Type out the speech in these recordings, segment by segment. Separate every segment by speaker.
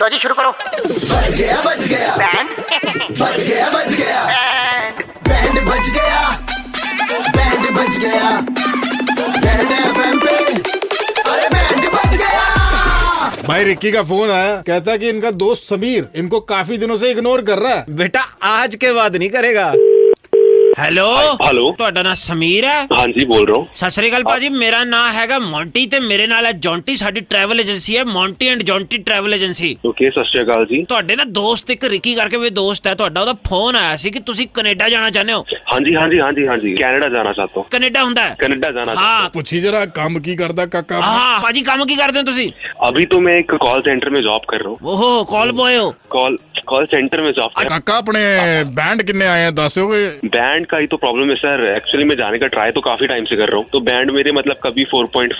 Speaker 1: लो जी शुरू करो
Speaker 2: बच गया बच गया
Speaker 1: बैंड
Speaker 2: बच गया बच गया बैंड बच गया बैंड बच गया बैंड एफएम पे अरे बैंड बच गया
Speaker 3: भाई रिक्की का फोन आया कहता है कि इनका दोस्त समीर इनको काफी दिनों से इग्नोर कर रहा है
Speaker 4: ਬੇਟਾ ਅੱਜ ਕੇ ਬਾਅਦ ਨਹੀਂ ਕਰੇਗਾ ਹੈਲੋ
Speaker 5: ਹੈਲੋ।
Speaker 4: ਤੁਹਾਡਾ ਨਾਮ ਸਮੀਰ ਹੈ
Speaker 5: हाँ जी बोल रहा हूँ
Speaker 4: ਸਤਿ ਸ੍ਰੀ ਅਕਾਲ ਭਾਜੀ ਮੇਰਾ ਨਾਮ ਹੈਗਾ ਮੌਂਟੀ ਤੇ ਮੇਰੇ ਨਾਲ ਹੈ ਜੌਂਟੀ ਸਾਡੀ ਟਰੈਵਲ ਏਜੰਸੀ ਹੈ Monty and Jonty travel agency
Speaker 5: okay सत श्रीकाल जी
Speaker 4: ਤੁਹਾਡੇ ਨਾ ਦੋਸਤ ਇੱਕ ਰਿੱਕੀ ਕਰਕੇ ਵੀ ਦੋਸਤ ਹੈ ਤੁਹਾਡਾ ਉਹਦਾ ਫੋਨ ਆਇਆ ਸੀ ਕਿ ਤੁਸੀਂ ਕੈਨੇਡਾ ਜਾਣਾ ਚਾਹੁੰਦੇ ਹੋ
Speaker 5: हाँ जी हाँ जी हाँ जी हाँ जी कनाडा जाना चाहता हूँ
Speaker 4: ਕੈਨੇਡਾ ਹੁੰਦਾ ਹੈ
Speaker 5: कनाडा जाना चाहता
Speaker 4: ਹਾਂ
Speaker 3: ਪੁੱਛੀ ਜਰਾ ਕੰਮ ਕੀ ਕਰਦਾ ਕਾਕਾ
Speaker 4: ਹਾਂ ਭਾਜੀ ਕੰਮ ਕੀ ਕਰਦੇ ਹੋ ਤੁਸੀਂ
Speaker 5: हूँ अभी तो मैं एक कॉल सेंटर में जॉब कर रहा हूँ
Speaker 4: ਓਹੋ ਕਾਲ ਬੋਏ ਹੋ
Speaker 5: कॉल कॉल सेंटर में जॉब कर
Speaker 3: ਕਾਕਾ ਆਪਣੇ ਬੈਂਡ ਕਿੰਨੇ ਆਏ ਆ ਦੱਸੋਗੇ
Speaker 5: बैंड का ही तो प्रॉब्लम है सर एक्चुअली मैं जाने का ट्राई तो काफी टाइम से कर रहा हूँ तो बैंड मेरे मतलब कभी 4.5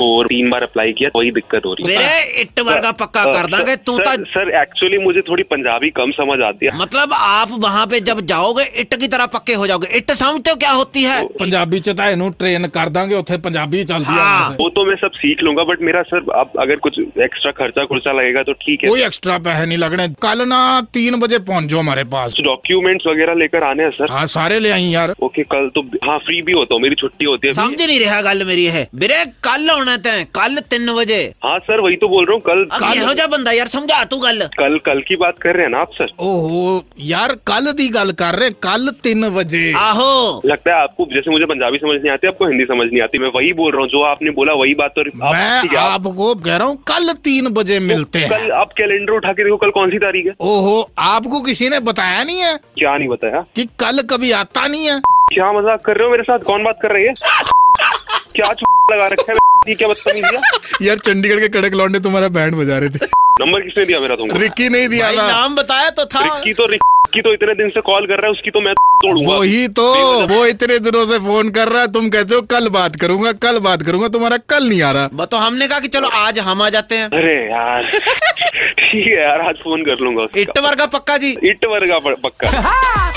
Speaker 5: 4 तीन बार अप्लाई किया तो वही दिक्कत हो रही हाँ,
Speaker 4: ਵੀਰੇ ਇੱਟ ਵਰਗਾ ਪੱਕਾ ਕਰ ਦਾਂਗੇ ਤੂੰ ਤਾਂ
Speaker 5: सर, सर एक्चुअली मुझे थोड़ी पंजाबी कम समझ आती है
Speaker 4: मतलब आप वहाँ पे जब जाओगे इट की तरह पक्के हो जाओगे इट समझते हो क्या होती है
Speaker 3: ਪੰਜਾਬੀ ਚ ਤਾਂ ਇਹਨੂੰ ਟ੍ਰੇਨ ਕਰ ਦਾਂਗੇ ਉੱਥੇ ਪੰਜਾਬੀ ਚੱਲਦੀ
Speaker 4: ਹਾਂ।
Speaker 3: ਆ
Speaker 5: वो तो मैं सब सीख लूंगा बट मेरा सर अब अगर कुछ एक्स्ट्रा खर्चा खुर्चा लगेगा तो ठीक है
Speaker 3: ਕੋਈ ਐਕਸਟਰਾ ਪੈਸੇ ਨਹੀਂ ਲੱਗਣੇ ਕੱਲ ਨਾ 3 ਵਜੇ ਪਹੁੰਚ ਜਾਓ हमारे पास
Speaker 5: डॉक्यूमेंट्स वगैरह लेकर आने हैं सर
Speaker 3: हाँ सारे ले आई यार
Speaker 5: ओके कल तो हाँ फ्री भी होता हूँ मेरी छुट्टी होती है अभी।
Speaker 4: समझ नहीं रहा गल मेरी है ਵੀਰੇ ਕੱਲ ਆਉਣਾ ਤੈਂ ਕੱਲ 3 ਵਜੇ
Speaker 5: हाँ सर वही तो बोल रहा हूँ कल
Speaker 4: ਆ ਕਿਹੋ ਜਿਹਾ ਬੰਦਾ ਯਾਰ ਸਮਝਾ ਤੂੰ ਗੱਲ
Speaker 5: कल कल की बात कर रहे हैं ना आप सर
Speaker 3: ਓਹੋ ਯਾਰ ਕੱਲ ਦੀ ਗੱਲ ਕਰ ਰਹੇ ਕੱਲ 3 ਵਜੇ
Speaker 4: ਆਹੋ
Speaker 5: लगता है आपको जैसे मुझे पंजाबी समझ नहीं आती आपको हिंदी समझ नहीं आती मैं वही बोल रहा हूँ जो आपने बोला वही बात तो आप- ठीक
Speaker 3: मैं
Speaker 5: है, आप-
Speaker 3: आपको कह रहा हूँ कल 3 बजे मिलते हैं
Speaker 5: कल आप कैलेंडर उठा के देखो कल कौन सी तारीख है
Speaker 3: ओहो आपको किसी ने बताया नहीं है
Speaker 5: क्या नहीं बताया
Speaker 3: कि कल कभी आता नहीं है
Speaker 5: क्या मजाक कर रहे हो मेरे साथ कौन बात कर रही है क्या चु- लगा रखा है ये क्या बदतमीजी है
Speaker 3: यार चंडीगढ़ के कड़क लौंडे तुम्हारा बैंड बजा रहे थे
Speaker 5: नंबर किसने दिया मेरा तुमको
Speaker 3: रिक्की नहीं दिया
Speaker 4: ਭਾਈ
Speaker 3: था
Speaker 4: ਨਾਮ ਬਤਾਇਆ ਤਾਂ ਥਾ
Speaker 5: रिक्की तो रिक्की तो इतने दिन से कॉल कर रहा है उसकी तो मैं तोड़ूंगा
Speaker 3: वही तो वो इतने दिनों से फोन कर रहा है तुम कहते हो कल बात करूंगा कल बात करूंगा तुम्हारा कल नहीं आ रहा
Speaker 4: ਬਸ तो हमने कहा कि चलो आज हम आ जाते हैं
Speaker 5: अरे यार ठीक है यार आज फोन कर लूंगा उसका।
Speaker 4: ਇੱਟ ਵਰਗਾ ਪੱਕਾ ਜੀ
Speaker 5: इट वर्गा प- पक्का